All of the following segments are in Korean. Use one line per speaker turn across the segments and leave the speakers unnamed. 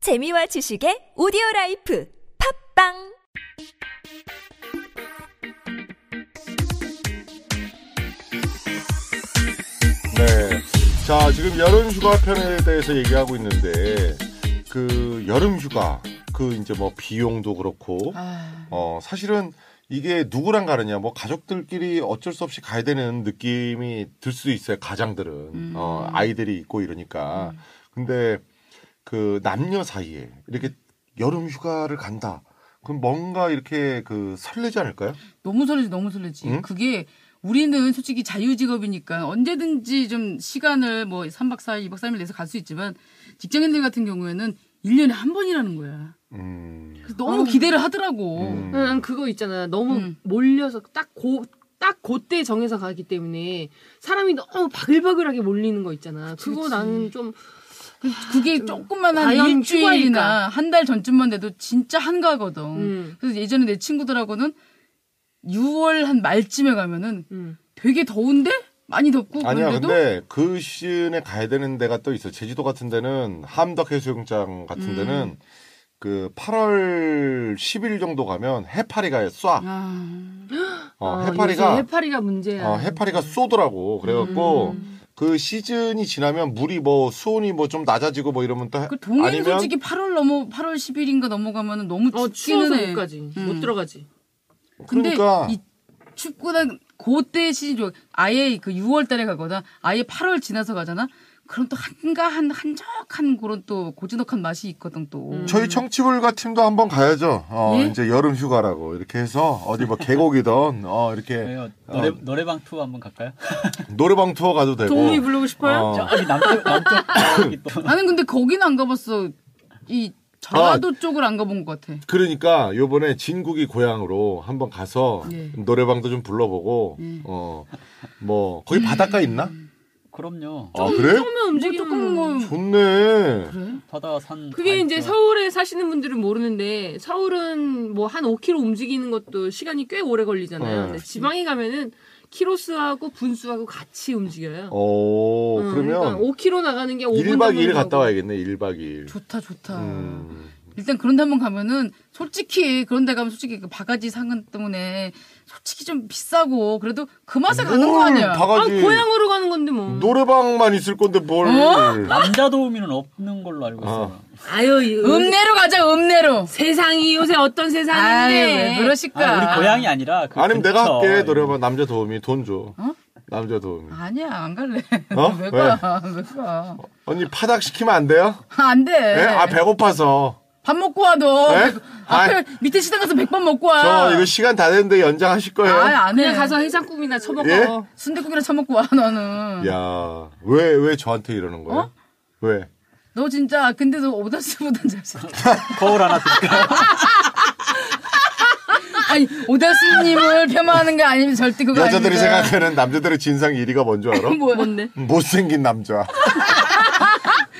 재미와 지식의 오디오 라이프 팝빵
네. 자, 지금 여름 휴가 편에 대해서 얘기하고 있는데 그 여름 휴가 그 이제 뭐 비용도 그렇고
아,
어 사실은 이게 누구랑 가느냐 뭐 가족들끼리 어쩔 수 없이 가야 되는 느낌이 들 수도 있어요 가장들은 어 아이들이 있고 이러니까 근데 그 남녀 사이에 이렇게 여름 휴가를 간다 그럼 뭔가 이렇게 그 설레지 않을까요?
너무 설레지, 너무 설레지.
응?
그게 우리는 솔직히 자유직업이니까 언제든지 좀 시간을 뭐 3박 4일, 2박 3일 내서 갈 수 있지만 직장인들 같은 경우에는 1년에 한 번이라는 거야.
음.
그래서 너무
아.
기대를 하더라고.
음.
응, 그거 있잖아. 너무
음.
몰려서 딱 고, 딱 그때 정해서 가기 때문에 사람이 너무 바글바글하게 몰리는 거 있잖아. 그거
그치.
나는 좀,
그게 조금만 한
과연
일주일이나
휴가일까?
한 달 전쯤만 돼도 진짜 한가거든.
음.
그래서 예전에 내 친구들하고는 6월 한 말쯤에 가면은
음.
되게 더운데? 많이 덥고
아니야,
그런데도
근데 그 시즌에 가야 되는 데가 또 있어. 제주도 같은 데는 함덕 해수욕장
음.
같은 데는 그 8월 10일 정도 가면 해파리가 쏴.
아,
어,
요즘
해파리가
해파리가 문제야.
어, 해파리가 쏘더라고. 그래갖고
음.
그 시즌이 지나면 물이 뭐 수온이 뭐 좀 낮아지고 뭐 이러면 또 해-
그 동해는
아니면
솔직히 8월 넘어 8월 10일인가 넘어가면은 너무
어,
춥기는
추워서
해.
못 가지.
음.
못 들어가지.
근데
그러니까
이 춥고는 그때 시즌 좋아. 아예 그 6월 달에 가거나 아예 8월 지나서 가잖아. 그럼 또 한가한 한적한 그런 또 고즈넉한 맛이 있거든 또.
저희 청취불가 팀도 한번 가야죠. 어,
예?
이제 여름 휴가라고 이렇게 해서 어디 뭐 계곡이던 어
네.
이렇게
저희가 노래, 노래방 투어 한번 갈까요?
노래방 투어 가도 되고.
동이 부르고 싶어요?
네, 어.
저기 남쪽, 남쪽 저기 또.
나는 근데 거기는 안 가봤어. 이 전라도
아.
쪽을 안 가본 것 같아.
그러니까 요번에 진국이 고향으로 한번 가서
예.
노래방도 좀 불러보고 어 뭐 거기 바닷가 있나?
그럼요.
어,
아 그래?
처음에
뭐
움직이는
조금
거. 아,
뭐
좋네.
바다, 산.
그게
다
이제
있죠.
서울에 사시는 분들은 모르는데 서울은 뭐 한 5km 움직이는 것도 시간이 꽤 오래 걸리잖아요.
네.
근데 지방에 가면은 키로수하고 분수하고 같이 움직여요.
오
응, 그러니까
어, 그러면
5km 나가는 게 5분
1박 2일
정도
갔다
하고.
와야겠네. 1박 2일.
좋다 좋다.
음.
일단 그런 데 한번 가면은 솔직히 그런 데 가면 솔직히 그 바가지 상은 때문에 솔직히 좀 비싸고 그래도 그 맛에 가는 거
뭘
아니야.
바가지
아, 고향으로 가는 건데 뭐.
노래방만 있을 건데 뭘?
남자 도우미는 없는 걸로 알고 있어요.
아유, 이 음.
읍내로 가자 읍내로.
세상이 요새 어떤
아유
세상인데.
왜 그러실까?
아, 우리 고향이 아니라. 그
아니면 내가
근처.
할게 노래방 남자 도우미 돈 줘. 남자 도우미.
아니야 안 갈래.
어?
왜 가? 왜 가?
언니 파닥 시키면 안 돼요?
안 돼.
예? 아 배고파서.
밥 먹고 와도
네?
백- 앞에
아이.
밑에 식당 가서 백밥 먹고 와.
저 이거 시간 다 됐는데 연장하실 거예요?
아. 아안 해.
그냥 가서 해장국이나 처먹어.
예?
순대국이나 처먹고 와 너는.
야, 왜, 왜 저한테 이러는 거야?
어?
왜?
너 진짜 근데 너 오다스보단 잘생겼
거울 하나 드릴까요?
아니 오다스님을 폄하하는 게 아니면 절대 그거
여자들이
아닙니다.
생각하는 남자들의 진상 1위가 뭔 줄 알아?
뭐야?
뭔데?
못생긴 남자.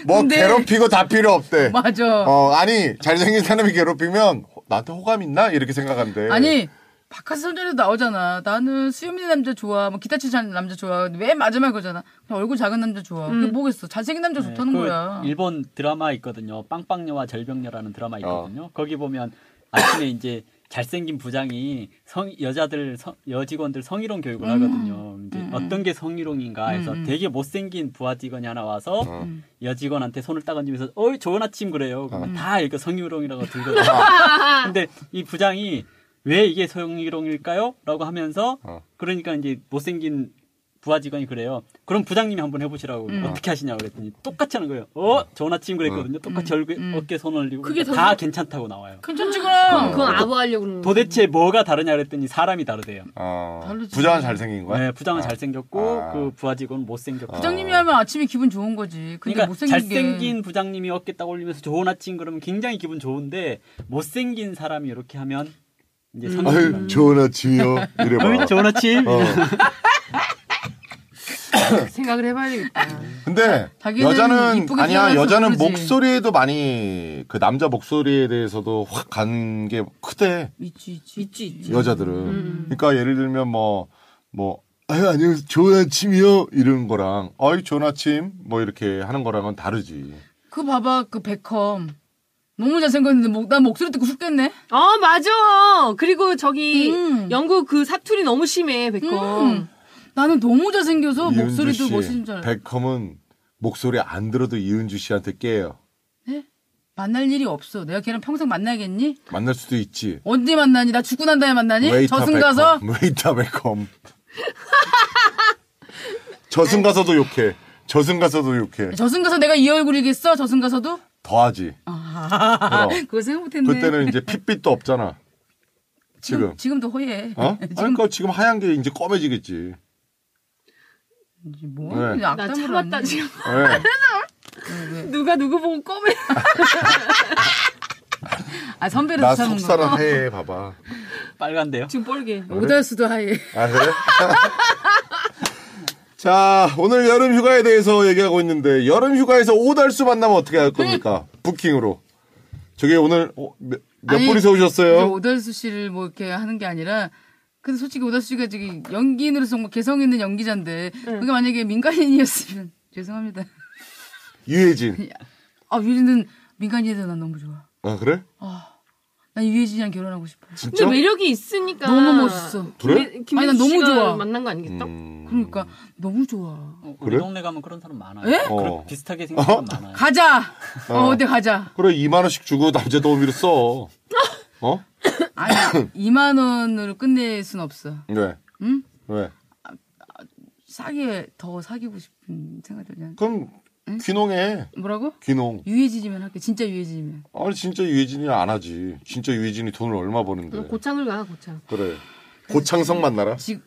뭐
근데-
괴롭히고 다 필요 없대.
맞아.
어, 아니, 잘생긴 사람이 괴롭히면 호- 나한테 호감 있나? 이렇게 생각한대.
아니 바카스 선전에도 나오잖아. 나는 수염있는 남자 좋아. 뭐 기타 치는 남자 좋아. 근데 맨 마지막에 그러잖아. 그냥 얼굴 작은 남자 좋아.
음.
그게 뭐겠어. 잘생긴 남자 좋다는
네,
그
거야.
일본 드라마 있거든요. 빵빵녀와 절벽녀라는 드라마 있거든요. 거기 보면 아침에 이제 잘생긴 부장이 성 여자들 성- 여직원들 성희롱
음.
교육을 하거든요. 이제 어떤 게 성희롱인가 해서 되게 못생긴 부하 직원이 하나 와서
음.
여직원한테 손을 딱 얹으면서 어이 좋은 아침 그래요. 그러면 다 이거 성희롱이라고 들거든요.
아.
근데 이 부장이 왜 이게 성희롱일까요? 라고 하면서
어.
그러니까 이제 못생긴 부하 직원이 그래요. 그럼 부장님이 한번 해보시라고
음.
어떻게 하시냐고 그랬더니 똑같이 하는 거예요. 어? 좋은 아침 그랬거든요. 똑같이
음.
얼굴, 어깨 손 올리고
그게
그러니까
더-
다 괜찮다고 나와요.
괜찮지 그럼.
그건 아부하려고 그러는 거.
도대체 뭐가 다르냐 그랬더니 사람이 다르대요.
어,
다르지.
부자는 잘생긴 거야?
네, 부장은 잘생겼고
아.
그 부하 직원은 못생겼고.
부장님이 하면 아침에 기분 좋은 거지. 근데
그러니까
못생긴 게.
잘생긴 부장님이 어깨 딱 올리면서 좋은 아침 그러면 굉장히 기분 좋은데 못생긴 사람이 이렇게 하면
음.
이제 성격
아유, 좋은 아침이요. 이래봐.
어이, 좋은 아침.
어.
네, 생각을 해봐야 되겠다.
근데
자기는
여자는
이쁘게
아니야
태어나서
여자는
그러지.
목소리에도 많이 그 남자 목소리에 대해서도 확 간 게 크대
있지 음. 있지 있지
여자들은 그러니까 예를 들면 뭐 뭐 아유 아니요 좋은 아침이요 이런 거랑 아이 좋은 아침 뭐 이렇게 하는 거랑은 다르지
그 봐봐 그 베컴 너무 잘생겼는데 목, 난 목소리 듣고 죽겠네.
어, 맞아. 그리고 저기
음.
영국 그 사투리 너무 심해, 베컴.
음. 나는 너무 잘생겨서
이은주
목소리도
씨,
멋있는 줄 알아.
베컴은 목소리 안 들어도 이은주 씨한테 깨요.
네? 만날 일이 없어. 내가 걔랑 평생 만나겠니?
만날 수도 있지.
언제 만나니? 나 죽고 난 다음에 만나니?
웨이터
저승 가서?
베컴. 웨이터 베컴. 저승 가서도 욕해. 저승 가서도 욕해.
저승 가서 내가 이 얼굴이겠어? 저승 가서도?
더하지. 그럼.
그거 생각 못했네.
그때는 이제 핏빛도 없잖아. 지금.
지금도 호의해.
어? 아니, 그러니까 지금 하얀 게 이제 검해지겠지.
뭐?
네.
그냥
나
악담으로
참았다,
왔네.
지금.
예.
누가 누구 보고 꼬매.
아 선배로서
나
참은
속사람
거.
해 봐봐.
빨간데요.
지금 뻘개.
오달수도 하예.
아 그래? 자 오늘 여름 휴가에 대해서 얘기하고 있는데 여름 휴가에서 오달수 만나면 어떻게 할 겁니까? 부킹으로. 저게 오늘 어, 몇, 몇
음. 아니,
분이
이제
세우셨어요?
오달수 씨를 뭐 이렇게 하는 게 아니라 근데 솔직히 오달수 씨가 저기 연기인으로서 정말 개성 있는 연기자인데 그게 만약에 민간인이었으면 죄송합니다.
유해진.
아 유진은 민간인이도 난 너무 좋아.
아 그래?
어, 난 유해진이랑 결혼하고 싶어.
근데
진짜?
매력이 있으니까.
너무 멋있어.
그래?
김-
아니,
김민수
난 너무
씨가
좋아.
만난 거 아니겠어?
음,
그러니까 너무 좋아.
어, 우리
그래?
동네 가면 그런 사람 많아요.
예?
그런
어.
비슷하게 생긴 사람 많아요.
가자. 어,
어.
어디 가자.
그래 2만 원씩 주고 남자 도우미로 써. 어?
아니 2만 원으로 끝낼 순 없어.
왜?
응?
왜?
싸게 더 사귀고 싶은 생각이 그냥
그럼 귀농해.
뭐라고?
귀농.
유해진이면 할게. 진짜 유해진이면.
아니 진짜 유해진이 안 하지. 진짜 유해진이 돈을 얼마 버는데.
뭐 고창을 가, 고창.
그래. 고창성 만나라.
지금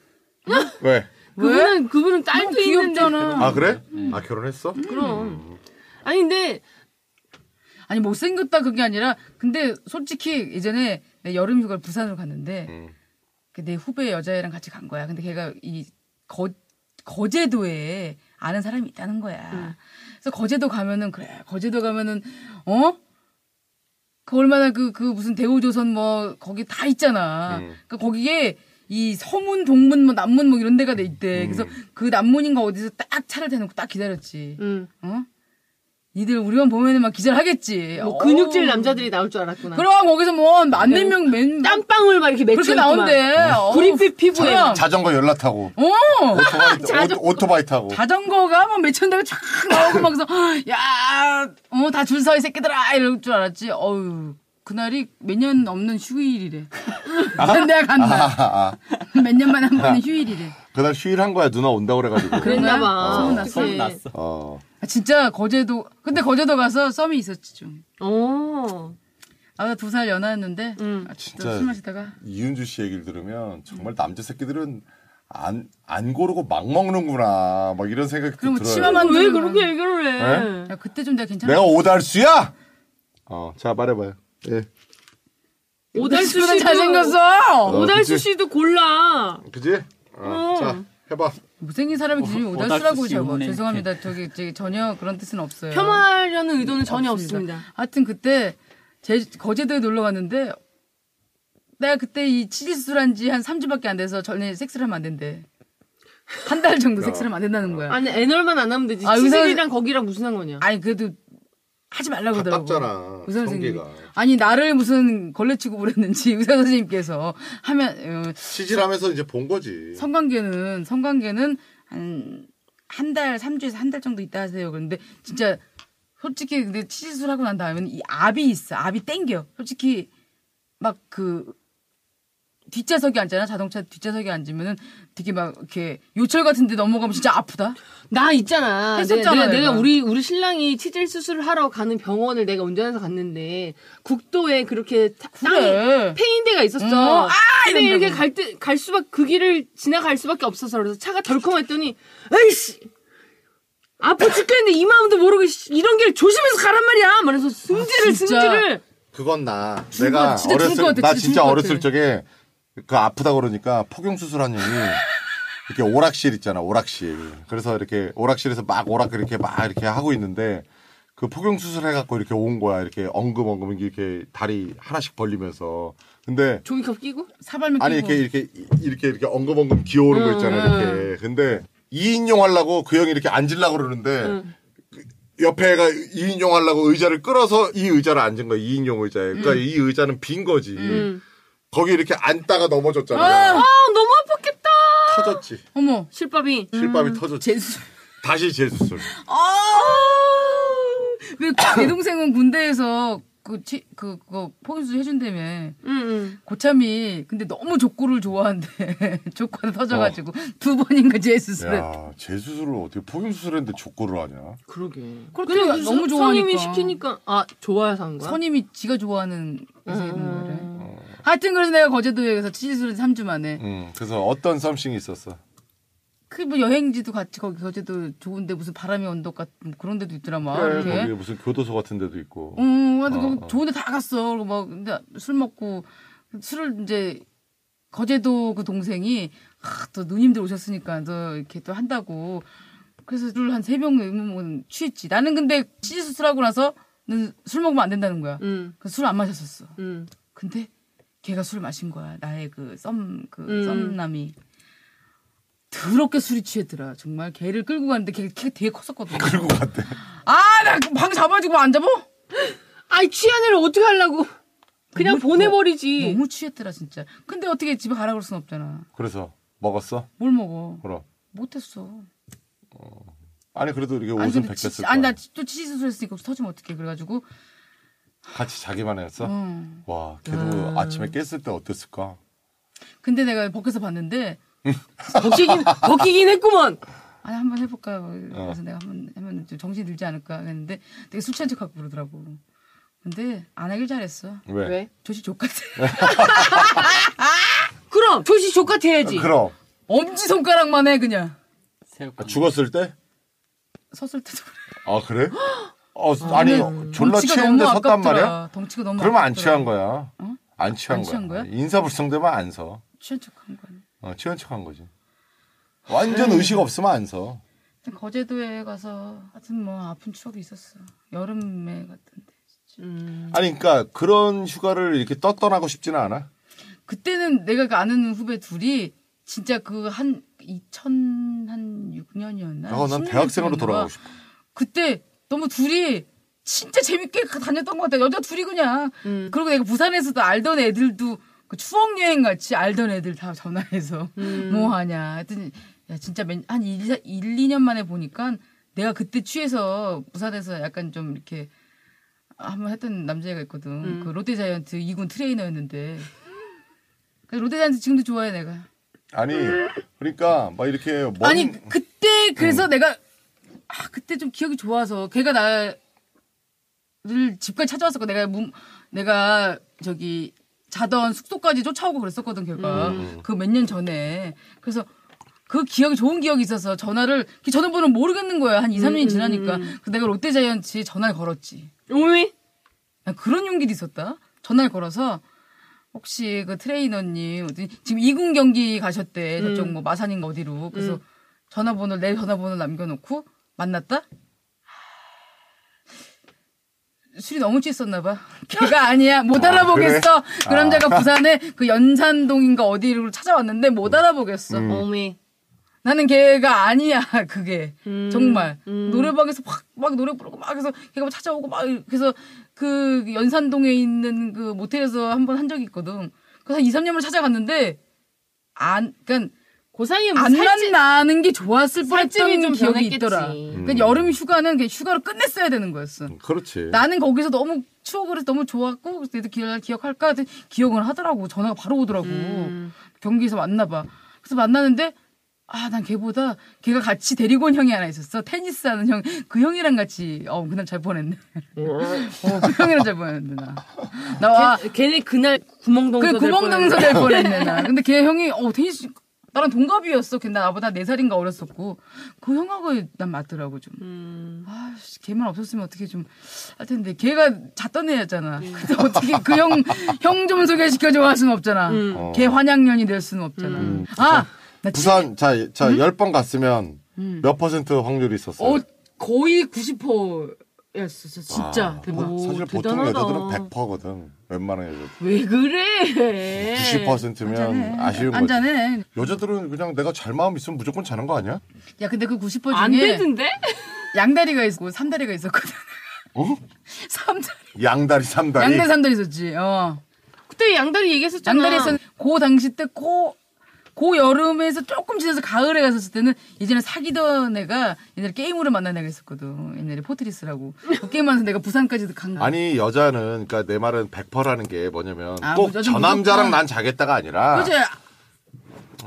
왜?
그분은, 그분은 딸도
너무
있는데.
귀엽잖아.
아 그래? 아 결혼했어?
그럼. 아니, 근데
아니 못생겼다 그게 아니라 근데 솔직히 예전에 내 여름 휴가를 부산으로 갔는데
음.
그내 후배 여자애랑 같이 간 거야. 근데 걔가 이 거 거제도에 아는 사람이 있다는 거야. 그래서 거제도 가면은 그래 거제도 가면은 어? 그 얼마나 그 그 무슨 대우조선 뭐 거기 다 있잖아.
음.
그 거기에 이 서문 동문 뭐 남문 뭐 이런 데가 돼 있대.
음.
그래서 그 남문인가 어디서 딱 차를 대놓고 딱 기다렸지.
음.
어? 니들 우리만 보면은 막 기절하겠지.
뭐 근육질
어우.
남자들이 나올 줄 알았구나.
그럼 거기서 뭐 만몇 명, 맨
땀방울 막 이렇게 맺혀
그렇게
있구만.
나온대. 어우,
구릿빛 피부에.
참.
자전거 연락 타고
어!
오토바이, 오, 오토바이 타고
자전거가 막 몇천 대가 쫙 나오고 막 그래서 야, 어, 다 줄 서 이 새끼들아 이럴 줄 알았지. 어유 그날이 몇 년 넘는 휴일이래. 내가 간 날.
아, 아.
몇 년 만에 한 번은 휴일이래.
그날 휴일 한 거야 누나 온다 고 그래가지고
그랬나
그날
봐.
소문났어.
어떡해.
소문 났어.
어
아, 진짜 거제도 근데 거제도 가서 썸이 있었지 좀.
어.
아까 두살 연하였는데
음.
아, 진짜
진짜.
술 마시다가
이윤주 씨 얘기를 들으면 정말 남자 새끼들은 안, 안 고르고 막 먹는구나 막 이런 생각이 또
그럼
들어요
치마만-
왜
만드는
그렇게 얘기를 해?
네?
야, 그때 좀 내가 괜찮아.
내가 오달수야 어자 말해봐요 예
오달수
씨는
씨도
잘생겼어.
어,
오달수
그치?
씨도 골라.
그지
어.
자 해봐
못생긴 사람의 기준이
어,
오달수라고
오달수 씨
적어.
운행.
죄송합니다. 저기, 저기 전혀 그런 뜻은 없어요.
폄하려는 의도는 전혀 없습니다.
하여튼 그때 제 거제도에 놀러 갔는데 내가 그때 이 치질수술한 지 한 3주밖에 안 돼서 전에 섹스를 하면 안 된대. 한 달 정도 섹스를 하면 안 된다는 거야.
아니 애널만 안 하면 되지.
아, 의사-
치질이랑 거기랑 무슨 상관이야?
아니 그래도 하지 말라고 그러더라고.
답답잖아,
의사 선생님이.
성기가.
아니 나를 무슨 걸레치고 그랬는지 의사 선생님께서 하면 어,
치질하면서 이제 본 거지
성관계는 성관계는 한 한 달, 3주에서 한 달 정도 있다 하세요. 그런데 진짜 솔직히 근데 치질술 하고 난 다음에는 이 압이 있어. 압이 땡겨. 솔직히 막 그 뒷좌석에 앉잖아. 자동차 뒷좌석에 앉으면은 되게 막 이렇게 요철 같은 데 넘어가면 진짜 아프다.
나 있잖아.
했었잖아,
내가, 내가
내가.
우리 우리 신랑이 치질 수술을 하러 가는 병원을 내가 운전해서 갔는데 국도에 그렇게 타-
그래.
땅에 페인대가 있었어.
음, 아,
근데
이런다고.
이렇게 갈 때 갈 수밖 그 길을 지나갈 수밖에 없어서 그래서 차가 덜컹했더니 에이씨 아파 죽겠는데 이 마음도 모르고 씨, 이런 길 조심해서 가란 말이야. 말해서 승질을
아, 진짜.
승질을
그건 나.
죽을 것
내가
같아. 진짜 죽을
어렸을
것 같아.
나
진짜
진짜
죽을 것
어렸을
같아.
적에 그 아프다 그러니까 폭경 수술한 형이 이렇게 오락실 있잖아 오락실. 그래서 이렇게 오락실에서 막 오락 이렇게 막 이렇게 하고 있는데 그 폭경 수술 해갖고 이렇게 온 거야 이렇게 엉금엉금 이렇게 다리 하나씩 벌리면서. 근데
종이컵 끼고
사발면
아니
끼고.
이렇게 이렇게 이렇게 이렇게 엉금엉금 기어오는
음, 음.
거 있잖아 이렇게. 근데 2인용 하려고 그 형이 이렇게 앉으려고 그러는데 옆에 애가 2인용 하려고 의자를 끌어서 이 의자를 앉은 거야. 2인용 의자에. 그러니까
음.
이 의자는 빈 거지. 거기 이렇게 앉다가 넘어졌잖아.
아 너무 아팠겠다.
터졌지.
어머.
실밥이.
실밥이 터졌지.
음. 재수.
다시 재수술.
아! 왜내 동생은 군대에서 그, 치, 그, 그거, 포인수 해준다며.
응,
음.
응.
고참이, 근데 너무 족구를 좋아한대. 족구가 터져가지고. 두 번인가 재수술을.
야, 재수술을 어떻게 폭임수술했는데 족구를 하냐.
그러게.
그렇다니까,
그냥
너무
성님이
좋아하니까.
시키니까 아 좋아해서 한 거야.
선임이 지가 좋아하는 의사
음.
입는 거래. 하여튼 그래서 내가 거제도에서 치질술을 3주 만에.
어. 음, 그래서 어떤 썸씽이 있었어?
그 뭐 여행지도 같이 거기 거제도 좋은데 무슨 바람의 언덕 같은 뭐 그런 데도 있더라만.
그래,
이렇게.
거기에 무슨 교도소 같은 데도 있고.
응, 하여튼
어,
거기
어.
음, 좋은 데 다 갔어. 그리고 막, 근데 술 먹고, 술을 이제, 거제도 그 동생이, 아, 또 누님들 오셨으니까, 또 이렇게 또 한다고. 그래서 술 한 세 병 먹은 취했지. 나는 근데 치수술하고 나서는 술 먹으면 안 된다는 거야.
음.
응,
그래서 술 안 마셨었어.
응.
근데 걔가 술 마신 거야. 나의 그 썸, 그
음.
썸남이. 더럽게 술이 취했더라. 정말 걔를 끌고 갔는데 걔, 걔 되게 컸었거든.
끌고 갔대.
아, 나 방 잡아주고 안 잡아?
아이 취한 애를 어떻게 하려고? 그냥
네.
보내버리지.
너무 취했더라 진짜. 근데 어떻게 집에 가라 그럴 순 없잖아.
그래서 먹었어?
뭘 먹어?
그럼.
못했어.
아니 그래도 이렇게
아니
옷은
근데
벗겼을
치-
거야.
아니 나또 치수술했으니까 터지면 어떡해 그래가지고.
같이 자기만 했어.
어.
와, 걔도 아침에 깼을 때 어땠을까?
근데 내가 벗겨서 봤는데
벗기긴 벗기긴 했구만.
아니 한번 해볼까.
어.
그래서 내가 한번 하면 좀 정신 이 들지 않을까 했는데 되게 술 취한 척하고 그러더라고. 근데 안 하길 잘했어.
왜?
왜?
조시 족같아.
그럼 조시 조카트 해야지.
그럼
엄지 손가락만 해
아,
그냥.
새우깡.
죽었을 때?
섰을 때도 그래.
아 그래? 어, 아니 졸라
덩치가
취했는데
너무
섰단
아깝더라.
말이야?
덩치가 너무
그러면 안
아깝더라.
취한 거야.
어?
안 취한
안 취한
거야.
거야?
인사불성되면 안 서.
취한 척한 거 아니야.
어, 취한 척한 거지. 완전
음.
의식 없으면 안 서.
하여튼 거제도에 가서 하여튼 뭐 아픈 추억이 있었어. 여름에 갔던데.
음.
아니 그러니까 그런 휴가를 이렇게 떳떳하고 싶지는 않아.
그때는 내가 그 아는 후배 둘이 진짜 그 한 2006년이었나?
어, 난 대학생으로 돌아가고 싶어.
그때 너무 둘이 진짜 재밌게 가- 다녔던 것 같아. 여자 둘이 그냥.
음.
그리고 내가 부산에서도 알던 애들도 그 추억 여행 같이 알던 애들 다 전화해서 뭐 하냐. 하여튼 야 진짜 맨- 한 1, 1, 2년 만에 보니까 내가 그때 취해서 부산에서 약간 좀 이렇게 한번 했던 남자애가 있거든. 그 롯데자이언트 2군 트레이너였는데. 그 롯데자이언트 지금도 좋아해 내가.
아니 그러니까 막 이렇게 먼
아니 그때 그래서 내가 아 그때 좀 기억이 좋아서 걔가 나를 집까지 찾아왔었고 내가 몸 내가 저기 자던 숙소까지 쫓아오고 그랬었거든 걔가 그 몇 년 전에 그래서 그 기억이 좋은 기억이 있어서 전화를 그 전화번호를 모르겠는 거야 한 2, 3년이 지나니까 그 내가 롯데자이언츠에 전화를 걸었지
오미?
난 아, 그런 용기도 있었다. 전화를 걸어서 혹시 그 트레이너님 어디- 지금 2군 경기 가셨대 저쪽 뭐 마산인가 어디로 그래서 전화번호 를내 전화번호 를 남겨놓고 만났다. 술이 너무 취했었나 봐. 걔가 아니야. 못
아,
알아보겠어.
그래?
그 남자가 부산에 그 연산동인가 어디로 찾아왔는데 못 알아보겠어.
오미.
나는 걔가 아니야 그게
음,
정말
음.
노래방에서 막, 막 노래 부르고 막 해서 걔가 막 찾아오고 막 그래서 그 연산동에 있는 그 모텔에서 한 번 한 적이 있거든 그래서 한 2, 3년을 찾아갔는데 안 그러니까
고상이
안 만나는 게 좋았을
뭐 살집이
뻔했던
좀
기억이
변했겠지.
있더라
음.
그러니까 여름 휴가는 그냥 휴가로 끝냈어야 되는 거였어
그렇지.
나는 거기서 너무 추억으로 너무 좋았고 그래도 기억, 기억할까 하더니 기억을 하더라고 전화가 바로 오더라고 경기에서 만나봐 그래서 만나는데 아 난 걔보다 걔가 같이 데리고 온 형이 하나 있었어 테니스 하는 형 그 형이랑 같이 어 그날 잘 보냈네 어그 형이랑 잘 보냈네 나나와
걔네 그날 구멍동서
그 구멍등서 될 뻔했네 나 근데 걔 형이 어 테니스 나랑 동갑이었어 걔 나보다 네살인가 어렸었고 그 형하고 난 맞더라고 좀 아, 씨, 걔만 없었으면 어떻게 좀 할 텐데 걔가 잤던 애였잖아. 근데 어떻게 그 형 형 좀 소개시켜줘 할 수는 없잖아.
어. 음.
걔 환양년이 될 수는 없잖아. 아, 나 진-
부산 자자 열 번 갔으면 몇 퍼센트 확률이 있었어요?
어 거의 90%였어, 진짜
아,
대박.
오,
사실 보통
대단하다.
여자들은 100%거든. 웬만한 여자들.
왜
예.
그래?
네.
90%면 아쉬운 거지.
안전해.
여자들은 그냥 내가 잘 마음 있으면 무조건 자는 거 아니야?
야, 근데 그 90% 중에
안 되던데?
양다리가 있고 삼다리가 있었거든.
어?
삼다리.
양다리 삼다리.
양대 삼다리 있었지. 어.
그때 양다리 얘기했었잖아.
양다리 있었. 고 당시 때고 고 여름에서 조금 지나서 가을에 갔었을 때는 예전에 사귀던 애가 옛날에 게임으로 만난 애가 있었거든. 옛날에 포트리스라고. 그 게임하면서 내가 부산까지도 간 거야.
아니 여자는 그러니까 내 말은 100%라는 게 뭐냐면
아,
꼭
무조건
저 남자랑
무조건.
난 자겠다가 아니라
그치?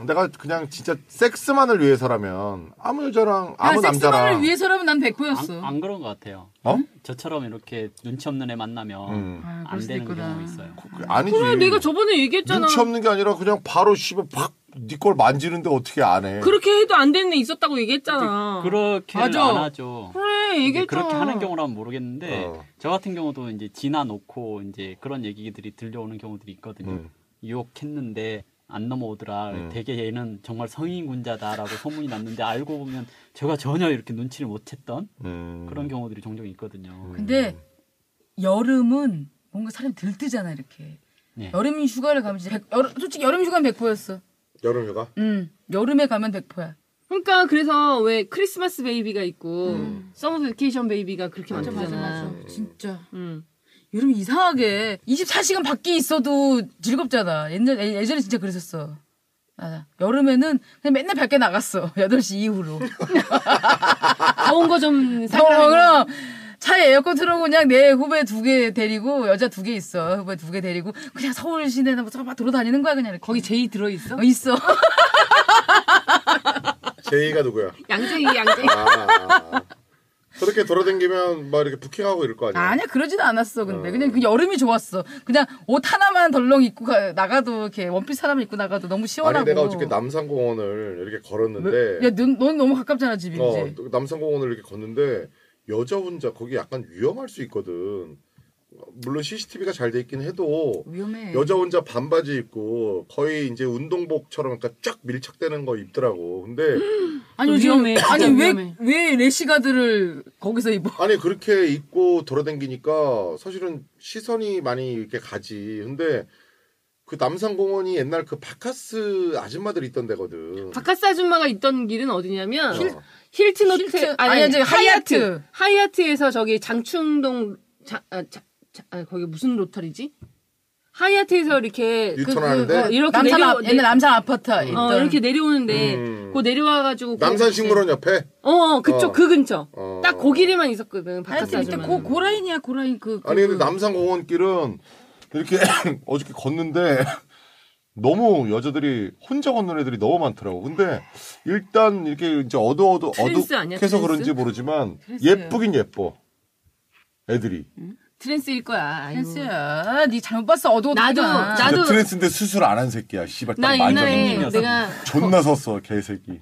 내가 그냥 진짜 섹스만을 위해서라면 아무 여자랑 아무
야,
남자랑
섹스만을 위해서라면 난
안,
100%였어.
안 그런 것 같아요.
어?
저처럼 이렇게 눈치 없는 애 만나면
음.
아,
안
그럴 수도
되는
있구나.
경우 있어요.
그- 아니지.
그래 내가 저번에 얘기했잖아.
눈치 없는 게 아니라 그냥 바로 씨발 박니걸 만지는데 어떻게 안 해?
그렇게 해도 안 되는 애 있었다고 얘기했잖아.
네, 그렇게 안
맞아.
하죠.
그래
이게
얘기했잖아.
그렇게 하는 경우라면 모르겠는데
어.
저 같은 경우도 이제 지나 놓고 이제 그런 얘기들이 들려오는 경우들이 있거든요.
음.
유혹했는데 안 넘어오더라.
음.
되게 얘는 정말 성인군자다라고 소문이 났는데 알고 보면 제가 전혀 이렇게 눈치를 못챘던
음.
그런 경우들이 종종
음.
있거든요.
근데 여름은 뭔가 사람이 들뜨잖아 이렇게.
네.
여름 휴가를 가면 진짜 백- 여름- 솔직히 여름 휴가는 100%였어.
여름휴가?
음 여름에 가면 100%야.
그러니까 그래서 왜 크리스마스 베이비가 있고 서머 베케이션 베이비가 그렇게
맞아 맞아
많잖아.
맞아. 진짜.
음.
여름 이상하게 24시간 밖에 있어도 즐겁잖아. 옛날 예- 예전에 진짜 그랬었어. 맞아. 여름에는 그냥 맨날 밖에 나갔어. 8시 이후로.
더운 거좀
어, 뭐, 그럼 차에 에어컨 틀어고 그냥 내 후배 두 개 데리고 여자 두 개 있어. 후배 두 개 데리고 그냥 서울 시내나 뭐 막 돌아다니는 거야 그냥. 거기 제이 들어 있어? 어, 있어.
제이가 누구야?
양쟁이 양쟁이.
아. 저렇게 돌아다니면 막 이렇게 부킹하고 이럴 거
아니야 그러지도 않았어 근데 그냥 그 여름이 좋았어 그냥 옷 하나만 덜렁 입고 가- 나가도 이렇게 원피스 하나만 입고 나가도 너무 시원하고
아니 내가 어저께 남산공원을 이렇게 걸었는데
야넌 넌 너무 가깝잖아 집이
어,
이제
또 남산공원을 이렇게 걷는데 여자 혼자 거기 약간 위험할 수 있거든. 물론 CCTV가 잘 돼 있긴 해도
위험해
여자 혼자 반바지 입고 거의 이제 운동복처럼 그러니까 쫙 밀착되는 거 입더라고. 근데
아니
또
요즘
위험해, 진짜
아니
위험해.
왜왜 레시가드를 거기서 입어
아니 그렇게 입고 돌아다니니까 사실은 시선이 많이 이렇게 가지. 근데 그 남산공원이 옛날 그 바카스 아줌마들 있던 데거든.
바카스 아줌마가 있던 길은 어디냐면
힐-
힐튼 호텔
힐튼-
아니,
아니,
아니,
저기 하얏트.
하얏트 하얏트에서 저기 장충동 자, 아, 자, 자, 아, 거기 무슨 로터리지? 하얏트에서 이렇게 그-
유턴하는데?
어, 이렇게
남산
내려
앞, 옛날 남산 아파트
어,
있던
이렇게 내려오는데
음.
그 내려와가지고 그-
남산식물원 옆에
어, 어 그쪽
어.
그 근처
어.
딱 거기에만 있었거든 바카스
하여튼 이때
아줌마
고, 고라인이야 고라인 그, 그
아니
음.
근데 남산공원 길은 이렇게 어저께 걷는데 너무 여자들이 혼자 걷는 애들이 너무 많더라고. 근데 일단 이렇게 이제 어두 어두
트랜스 아니야,
어둑해서
트랜스?
그런지 모르지만
트랜스예요.
예쁘긴 예뻐. 애들이
트랜스일 거야 아이고.
센스야 니 잘못 봤어 어두워
나도,
그러니까
나도-
진짜 트랜스인데 수술 안 한 새끼야. 씨발 딱
나 옛날에
만져보면
내가
존나 섰어 개새끼.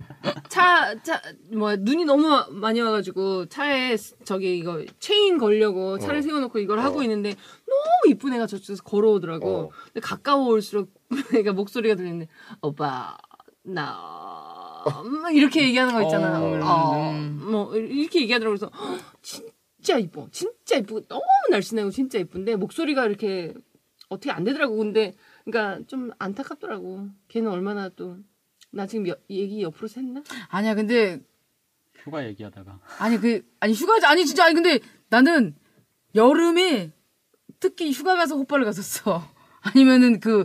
차, 차, 뭐, 눈이 너무 많이 와가지고, 차에, 스- 저기, 이거, 체인 걸려고 차를 세워놓고 이걸 하고 있는데, 너무 이쁜 애가 저쪽에서 어. 걸어오더라고.
어.
근데 가까워올수록, 애가 목소리가 들리는데, 오빠, 나, 막 이렇게 얘기하는 거 있잖아.
어,
어,
음.
뭐, 이렇게 얘기하더라고. 그래서, "헉, 진짜 이뻐. 진짜 이쁘고, 너무 날씬하고 진짜 이쁜데, 목소리가 이렇게, 어떻게 안 되더라고. 근데, 그니까, 좀 안타깝더라고. 걔는 얼마나 또, 나 지금 여- 얘기 옆으로 샜나?
아니야 근데
휴가 얘기하다가
아니 그 아니 휴가 아니 진짜 아니 근데 나는 여름에 특히 휴가 가서 호빠를 갔었어. 아니면은 그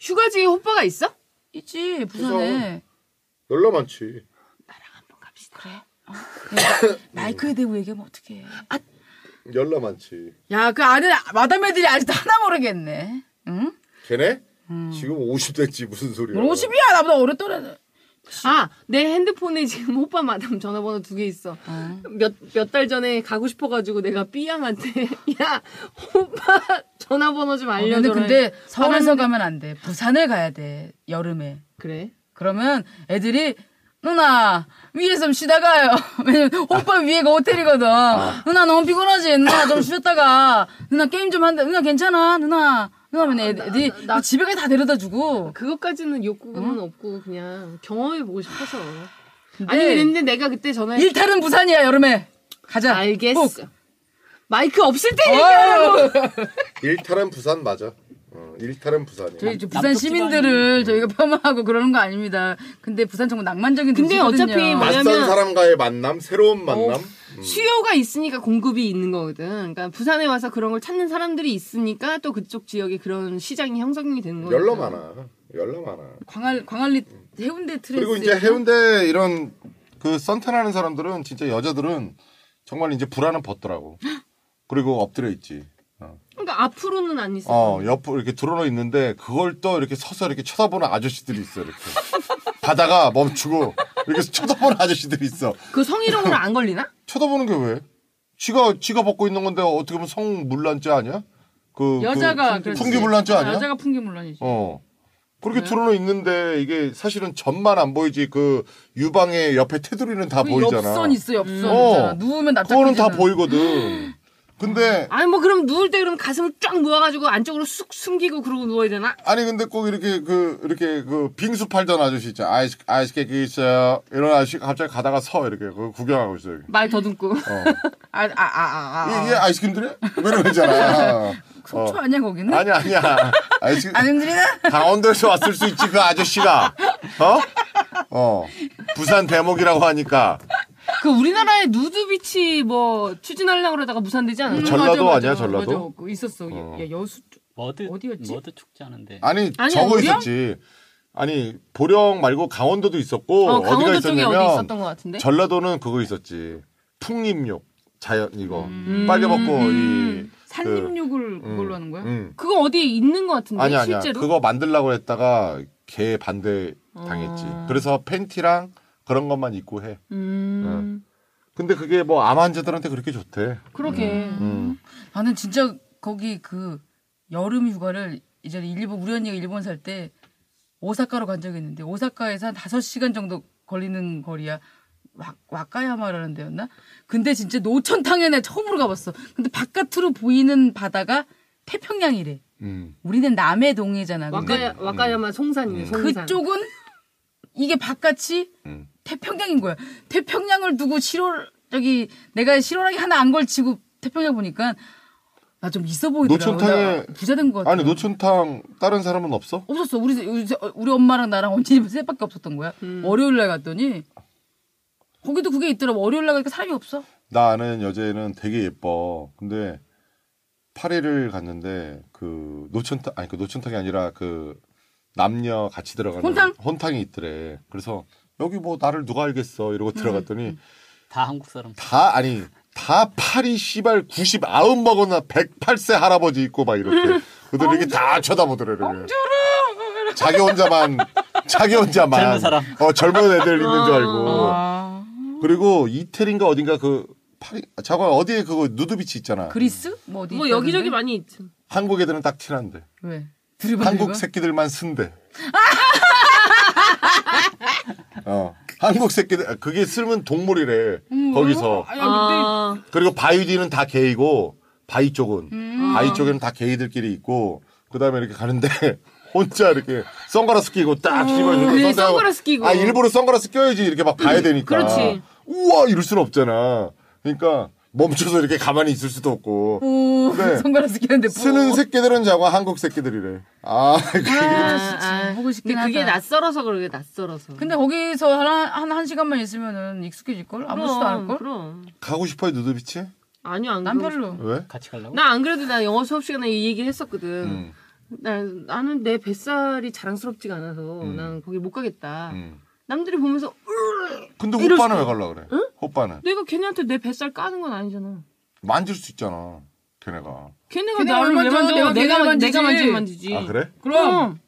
휴가지에 호빠가 있어?
있지 부산에
열나 많지.
네. 마이크에 대고 얘기하면 어떡해.
열나 많지.
야 그 아는 마담 애들이 아직도 하나 모르겠네. 응?
걔네 지금 50대지 무슨 소리야?
네.
50이야 나보다 어렸더라.
아, 내 핸드폰에 지금 호빠 마담 전화번호 두 개 있어. 몇, 몇 달 전에 가고 싶어가지고 내가 삐양한테, 야, 호빠 전화번호 좀
어, 아, 근데
알려줘라.
근데 서울에서
사람들-
가면 안 돼. 부산을 가야 돼 여름에.
그래.
그러면 애들이 누나 위에서 좀 쉬다가요. 왜냐면 오빠 위에가 호텔이거든.
아.
누나 너무 피곤하지. 누나 좀 쉬었다가 누나 게임 좀 한다. 누나 괜찮아. 누나 누나 하면 애들- 애들이
아, 나-
집에까지 다 데려다 주고.
그것까지는 욕구는
어?
없고, 그냥 경험해보고 싶어서. 아니,
근데
근데 내가 그때 전화해.
일탈은 네. 부산이야 여름에. 가자.
알겠어.
꼭.
마이크 없을 때
어!
일탈은 부산 맞아. 어, 일탈은 부산이야.
저희 이제 부산
남쪽
시민들을 저희가 폄하하고 그러는 거 아닙니다. 근데 부산 정말 낭만적인
근데
도시거든요.
어차피 뭐-
낯선
뭐냐면-
사람과의 만남, 새로운 만남. 음.
수요가 있으니까 공급이 있는 거거든. 그러니까 부산에 와서 그런 걸 찾는 사람들이 있으니까 또 그쪽 지역에 그런 시장이 형성이 되는 거죠.
열러 많아. 열러 많아.
광활 광활리 해운대 트레스
그리고 이제 해운대 이런 그 선탠하는 사람들은 진짜 여자들은 정말 이제 불안은 벗더라고. 그리고 엎드려 있지.
그러니까 앞으로는 안 있어.
어, 옆으로 이렇게 드러나 있는데 그걸 또 이렇게 서서 이렇게 쳐다보는 아저씨들이 있어. 이렇게. 바다가 멈추고 이렇게 쳐다보는 아저씨들이 있어.
그 성희롱으로 안 걸리나?
쳐다보는 게 왜? 지가 지가 벗고 있는 건데 어떻게 보면 성물란죄 아니야? 그
여자가
그,
그렇지.
풍기물란죄 아니야?
여자가 네. 풍기물란이지.
어. 그렇게 드러나 있는데 이게 사실은 점만 안 보이지 그 유방의 옆에 테두리는 다
그
보이잖아.
옆선 있어 옆선.
어.
있잖아. 누우면 납작.
그거는 다 보이거든. 근데
아니 뭐 그럼 누울 때 그럼 가슴을 쫙 모아가지고 안쪽으로 쑥 숨기고 그러고 누워야 되나?
아니 근데 꼭 이렇게 그 이렇게 그 빙수 팔던 아저씨 있잖아. 아이스 아이스 케이크 그 있어요. 이런 아저씨 가 갑자기 가다가 서 이렇게 그 구경하고 있어. 여기.
말 더듬고.
아아아아 아,
이게 뭐 아이스크림들이? 이러잖아. 어.
속초 아니야 거기는?
아니 아니야. 아이스크림
아님들이나
강원도에서 왔을 수 있지 그 아저씨가. 어? 어. 부산 대목이라고 하니까
그 우리나라에 누드비치 뭐 추진하려고 그러다가 무산되지 않았나?
음. 전라도 아니야, 전라도?
맞아, 그 있었어. 야, 여수 쪽.
머드
어디였지?
머드 축제 하는데
아니
아니야,
저거
보령?
있었지. 아니 보령 말고 강원도도 있었고
어,
어, 디가
강원도 쪽에
있었냐면
어디 있었던 것 같은데?
전라도는 그거 있었지. 풍림욕 자연 이거
음.
빨개벗고 이
산림욕을 그걸로 하는 거야?
음.
그거 어디에 있는 것 같은데
그, 아니 아니야
네, 실제로?
그거 만들려고 했다가 걔 반대 당했지. 그래서 팬티랑 그런 것만 입고 해.
아. 음,
근데 그게 뭐 암 환자들한테 그렇게 좋대.
그러게.
음.
나는 진짜 거기 그 여름 휴가를 이제 일본 우리 언니가 일본 살 때 오사카로 간 적이 있는데 오사카에서 한 5시간 정도 걸리는 거리야. 와, 와카야마라는 데였나? 근데 진짜 노천탕에 처음으로 가봤어. 근데 바깥으로 보이는 바다가 태평양이래.
음.
우리는 남해동해잖아. 근데
음. 와카야, 와카야마 송산이네, 송산.
그쪽은 이게 바깥이
음.
태평양인 거야. 태평양을 두고 실월 저기 내가 실월하게 하나 안 걸치고 태평양 보니까 나 좀 있어 보이더라.
노천탕에-
부자 된 것 같아.
아니 노천탕 다른 사람은 없어?
없었어. 우리 우리, 우리 엄마랑 나랑 언니 셋밖에 없었던 거야.
음.
월요일 날 갔더니 거기도 그게 있더라. 고 월요일 날 가니까 사람이 없어.
나 아는 여자애는 되게 예뻐. 근데 파리를 갔는데 그 노천탕 아니 그 노천탕이 아니라 그 남녀 같이 들어가는
혼탕?
이 있더래. 그래서 여기 뭐 나를 누가 알겠어
음,
이러고 들어갔더니
다 한국 사람
다 아니 다 파리 씨발 99 먹었나 108세 할아버지 있고 막
음.
이렇게 그들 이렇게 다 쳐다보더래. 엉 자기 혼자만 자기 혼자만
젊은 사람.
어 젊은 애들 있는 줄 알고.
아
그리고 이태리인가 어딘가 그 파리 자고 어디에 그거 누드비치 있잖아.
그리스? 뭐 어디?
뭐
있다던데?
여기저기 많이 있지.
한국 애들은 딱 티난데.
왜? 드리블
한국
드리블?
새끼들만 쓴대. 어. 한국 새끼들 아, 그게 쓸면 동물이래. 거기서.
음, 아니,
아,
그리고 바위디는 다 게이고 바위 쪽은
음.
바위 쪽에는 다 게이들끼리 있고 그다음에 이렇게 가는데 혼자 이렇게 선글라스 끼고 딱 씹어
그래, 음. 네, 선글라스 끼고. 음.
아 일부러 선글라스 껴야지 이렇게 막 봐야 되니까
그렇지.
우와 이럴 순 없잖아 그러니까 멈춰서 이렇게 가만히 있을 수도 없고
오,
네.
선글라스 끼는데 뭐.
쓰는 새끼들은 자고 한국 새끼들이래 아
아,
아,
진짜
아.
보고 싶긴
근데 그게
하다.
낯설어서 그러게, 낯설어서.
근데 거기서 한, 한, 한 시간만 있으면은 익숙해질걸? 아무렇지도 않을걸?
그럼.
가고 싶어요 누드비치
아니요, 안
난
그러고
별로.
왜
같이 가려고
나 안 그래도 나 영어 수업 시간에 이 얘기를 했었거든.
음.
네, 나, 나는 내 뱃살이 자랑스럽지가 않아서
음.
난 거기 못 가겠다. 남들이 보면서 으
근데
이럴
호빠는 왜 갈라 그래 호빠는
내가 걔네한테 내 뱃살 까는 건 아니잖아.
만질 수 있잖아 걔네가
걔네가
걔네가
나를 왜
얼마나 내가
만져? 내가
걔네를
만 내가
만지지.
만지면 만지지.
아 그래
그럼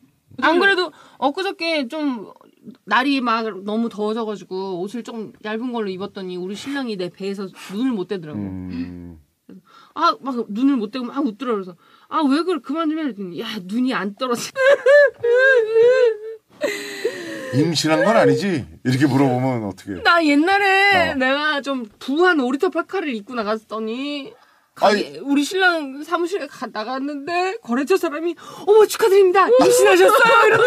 안 그래도 엊그저께 좀 날이 막 너무 더워져가지고 옷을 좀 얇은 걸로 입었더니 우리 신랑이 내 배에서 눈을 못 대더라고.
음.
아 막 눈을 못 대고 막 웃더라 그래서 아 왜 그래 그만 좀 해. 그랬더니 야 눈이 안 떨어져.
임신한 건 아니지 이렇게 물어보면 어떻게
나 옛날에
어.
내가 좀 부한 오리터 파카를 입고 나갔더니 가게- 우리 신랑 사무실에 가, 나갔는데 거래처 사람이 어머 축하드립니다 임신하셨어요 이러고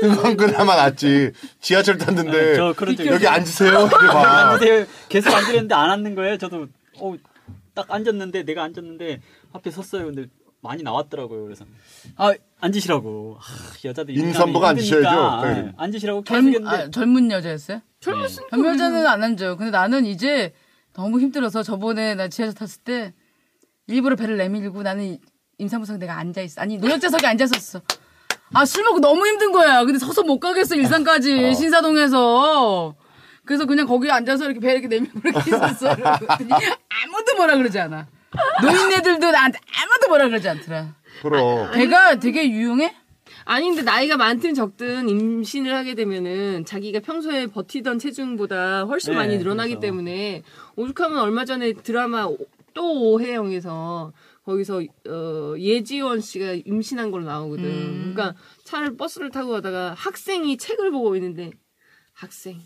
그건 그나마 낫지. 지하철 탔는데
아, 저 그런 적
여기
있어요.
앉으세요. 이렇게 막.
앉으세요. 아, 계속 앉으려는데 안 앉는 거예요. 저도 어, 딱 앉았는데 내가 앉았는데 앞에 섰어요. 근데 많이 나왔더라고요. 그래서 아 앉으시라고 아, 여자들
임산부가 앉으셔야죠. 네.
앉으시라고 계속
젊,
했는데
아, 젊은 여자였어요?
젊었으니까
음.
젊은 여자는 안 앉아요. 근데 나는 이제 너무 힘들어서 저번에 나 지하철 탔을 때 일부러 배를 내밀고 나는 임산부석 내가 앉아있어. 아니, 노약자석에 앉아있었어. 아, 술 먹고 너무 힘든 거야. 근데 서서 못 가겠어, 일산까지. 신사동에서. 그래서 그냥 거기 앉아서 이렇게 배 이렇게 내밀고 이렇게 있었어. 그랬더니 아무도 뭐라 그러지 않아. 노인네들도 나한테 아무도 뭐라 그러지 않더라.
그럼
배가 되게 유용해?
아니 근데 나이가 많든 적든 임신을 하게 되면은 자기가 평소에 버티던 체중보다 훨씬
네,
많이 늘어나기
그렇죠.
때문에 오죽하면 얼마 전에 드라마 오- 또 오해영에서 거기서 어, 예지원 씨가 임신한 걸로 나오거든.
음.
그러니까 차를 버스를 타고 가다가 학생이 책을 보고 있는데 학생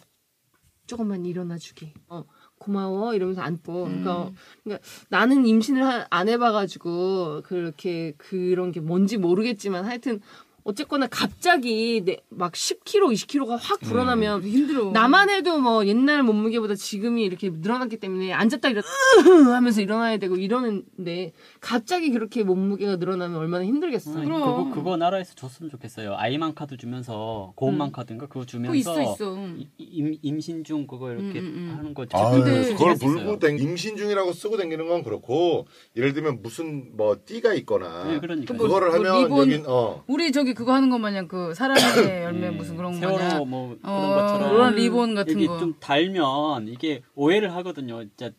조금만 일어나 주기. 어. 고마워 이러면서 안고
음.
그러니까, 그러니까 나는 임신을 하- 안 해봐가지고 그렇게 그런 게 뭔지 모르겠지만 하여튼 어쨌거나 갑자기 내, 막 10kg 20kg가 확 불어나면
음. 힘들어.
나만 해도 뭐 옛날 몸무게보다 지금이 이렇게 늘어났기 때문에 앉았다 일어 으 하면서 일어나야 되고 이러는데 갑자기 그렇게 몸무게가 늘어나면 얼마나 힘들겠어.
아니,
음.
그거 그거 나라에서 줬으면 좋겠어요. 아이만 카드 주면서 고음만 카드인가 그거 주면서
그거 있어, 있어. 음.
이- 임, 임신 중 그거 이렇게 하는 거
아,
제대로
근데
수정했었어요.
그걸 물고 댕 임신 중이라고 쓰고 댕기는 건 그렇고 예를 들면 무슨 뭐 띠가 있거나
네, 그러니까요.
그거를
뭐
하면
리본-
여긴 어
우리 저기 그거 하는 것 마냥 그 사람의 열매
예,
무슨 그런 거
세월호
마냥
뭐 그런
어,
것처럼
그런 리본 같은
이게
거.
좀 달면 이게 오해를 하거든요. 진짜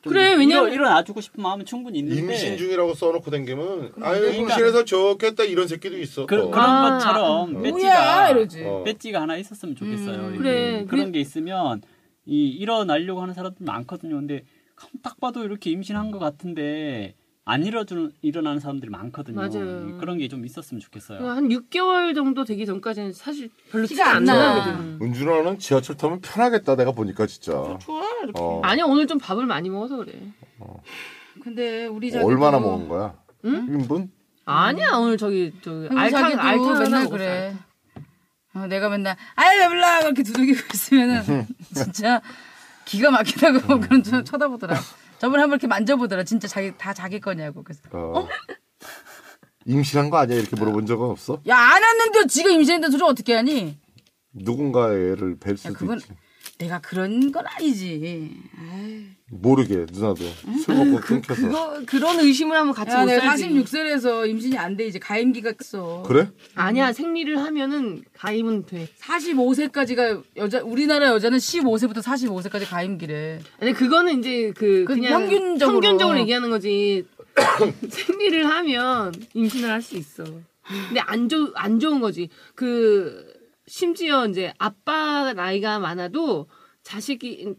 좀
그래, 왜냐면-
일어, 나주고 싶은 마음은 충분히 있는데
임신 중이라고 써놓고 댕기면
뭐
아유
그러니까-
임신해서 좋겠다 이런 새끼도 있어.
그,
또.
런
아,
것처럼
음.
아,
뭐야
배지가
이러지.
뭐. 어.
배지가 하나 있었으면 좋겠어요.
음,
이게.
그래.
그런 게 있으면 이 일어나려고 하는 사람들 많거든요. 근데 가만 딱 봐도 이렇게 임신한 것 같은데 안 일어주는 일어나는 사람들이 많거든요.
맞아요.
그런 게 좀 있었으면 좋겠어요.
한 6개월 정도 되기 전까지는 사실 별로
티가
티가 안
안 나.
나거든.
네.
은준아는 지하철 타면 편하겠다 내가 보니까 진짜
좋아. 이렇게.
어.
아니 오늘 좀 밥을 많이 먹어서 그래.
근데 우리 저기
얼마나
또-
먹은 거야? 인분?
아니야 오늘 저기 저기
아니,
알탕
자기도
알탕 하나
맨날
먹었어.
그래.
알탕.
어, 내가 맨날 아유 배불러 그렇게 두들기고 있으면은 진짜 기가 막히다고 그런 저 쳐다보더라. 저번에 한번 이렇게 만져보더라. 진짜 자기 다 자기 거냐고. 그래서
어. 임신한 거 아니야 이렇게 물어본 적은 없어?
야 안 했는데 지가 임신했는데 소리 어떻게 하니?
누군가의 애를 뵐
야
수도
그건
있지
내가 그런 건 아니지.
모르게 누나도 술 먹고 끊겨서
그거 그런 의심을 하면 같이
야
못
내가
살지.
46세에서 아, 네, 임신이 안 돼 이제 가임기가 있어.
그래?
아니야 생리를 하면은 가임은 돼.
45세까지가 여자 우리나라 여자는 15세부터 45세까지 가임기래.
근데 그거는 이제 그
그
그냥
평균적으로.
평균적으로 얘기하는 거지. 생리를 하면 임신을 할 수 있어. 근데 안 좋, 안 좋은 거지. 그, 심지어 이제 아빠가 나이가 많아도 자식이,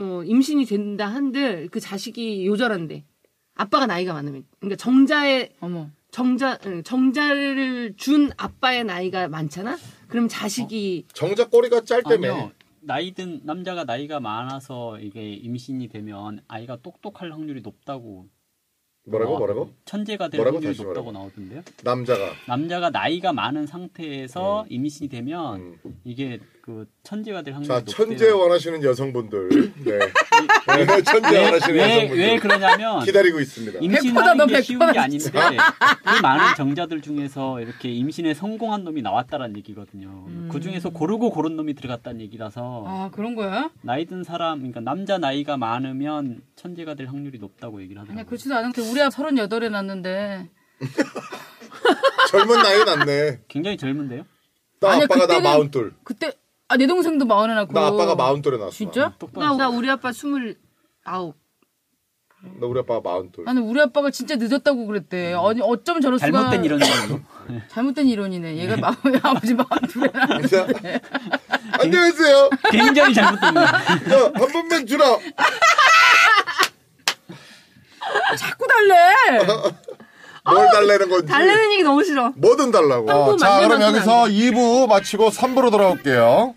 어, 임신이 된다 한들 그 자식이 요절한대. 아빠가 나이가 많으면. 그러니까 정자의,
어머.
정자, 응, 정자를 준 아빠의 나이가 많잖아? 그럼 자식이
정작 꼬리가 짧다며.
아니요. 나이든 남자가 나이가 많아서 이게 임신이 되면 아이가 똑똑할 확률이 높다고
뭐라고
어,
뭐라고?
천재가 될
뭐라고?
확률이
다시
높다고
말해봐.
나오던데요.
남자가.
남자가 나이가 많은 상태에서 임신이 되면
네. 음.
이게 그 천재가 될 확률이
자
아, 높대요.
천재 원하시는 여성분들. 네. 네, 천재 원하시는
왜,
여성분들.
왜 그러냐면
기다리고 있습니다.
백퍼다, 너
임신하는 게 쉬운 게
백퍼다,
아닌데 그 많은 정자들 중에서 이렇게 임신에 성공한 놈이 나왔다라는 얘기거든요. 그 중에서 고르고 고른 놈이 들어갔다는 얘기라서
아 그런 거야?
나이 든 사람, 그러니까 남자 나이가 많으면 천재가 될 확률이 높다고 얘기를
아니
하더라고요.
그렇지도 않은데 우리 아 38에 났는데
젊은 나이 났네.
굉장히 젊은데요?
나
아니야,
아빠가
그때는-
나 마흔둘.
그때 아 내 동생도 마흔에 낳고
나 아빠가 마흔둘에 낳았어.
진짜?
나,
똑똑한
나 우리 아빠 29.
나 우리 아빠가 마흔둘.
아니 우리 아빠가 진짜 늦었다고
음.
그랬대. 아니 어쩜 저럴 수가
잘못된 이런 걸로.
잘못된 이론이네. 얘가 마흔 아버지 마흔둘에 낳
진짜? 안녕하세요.
굉장히 잘못된 이론.
야한 번만 주라.
자꾸
아,
달래.
뭘 달래는 건지.
달래는 얘기 너무 싫어.
뭐든 달라고.
어, 자
아, 만들면
그럼
그건
여기서 2부 마치고 3부로 돌아올게요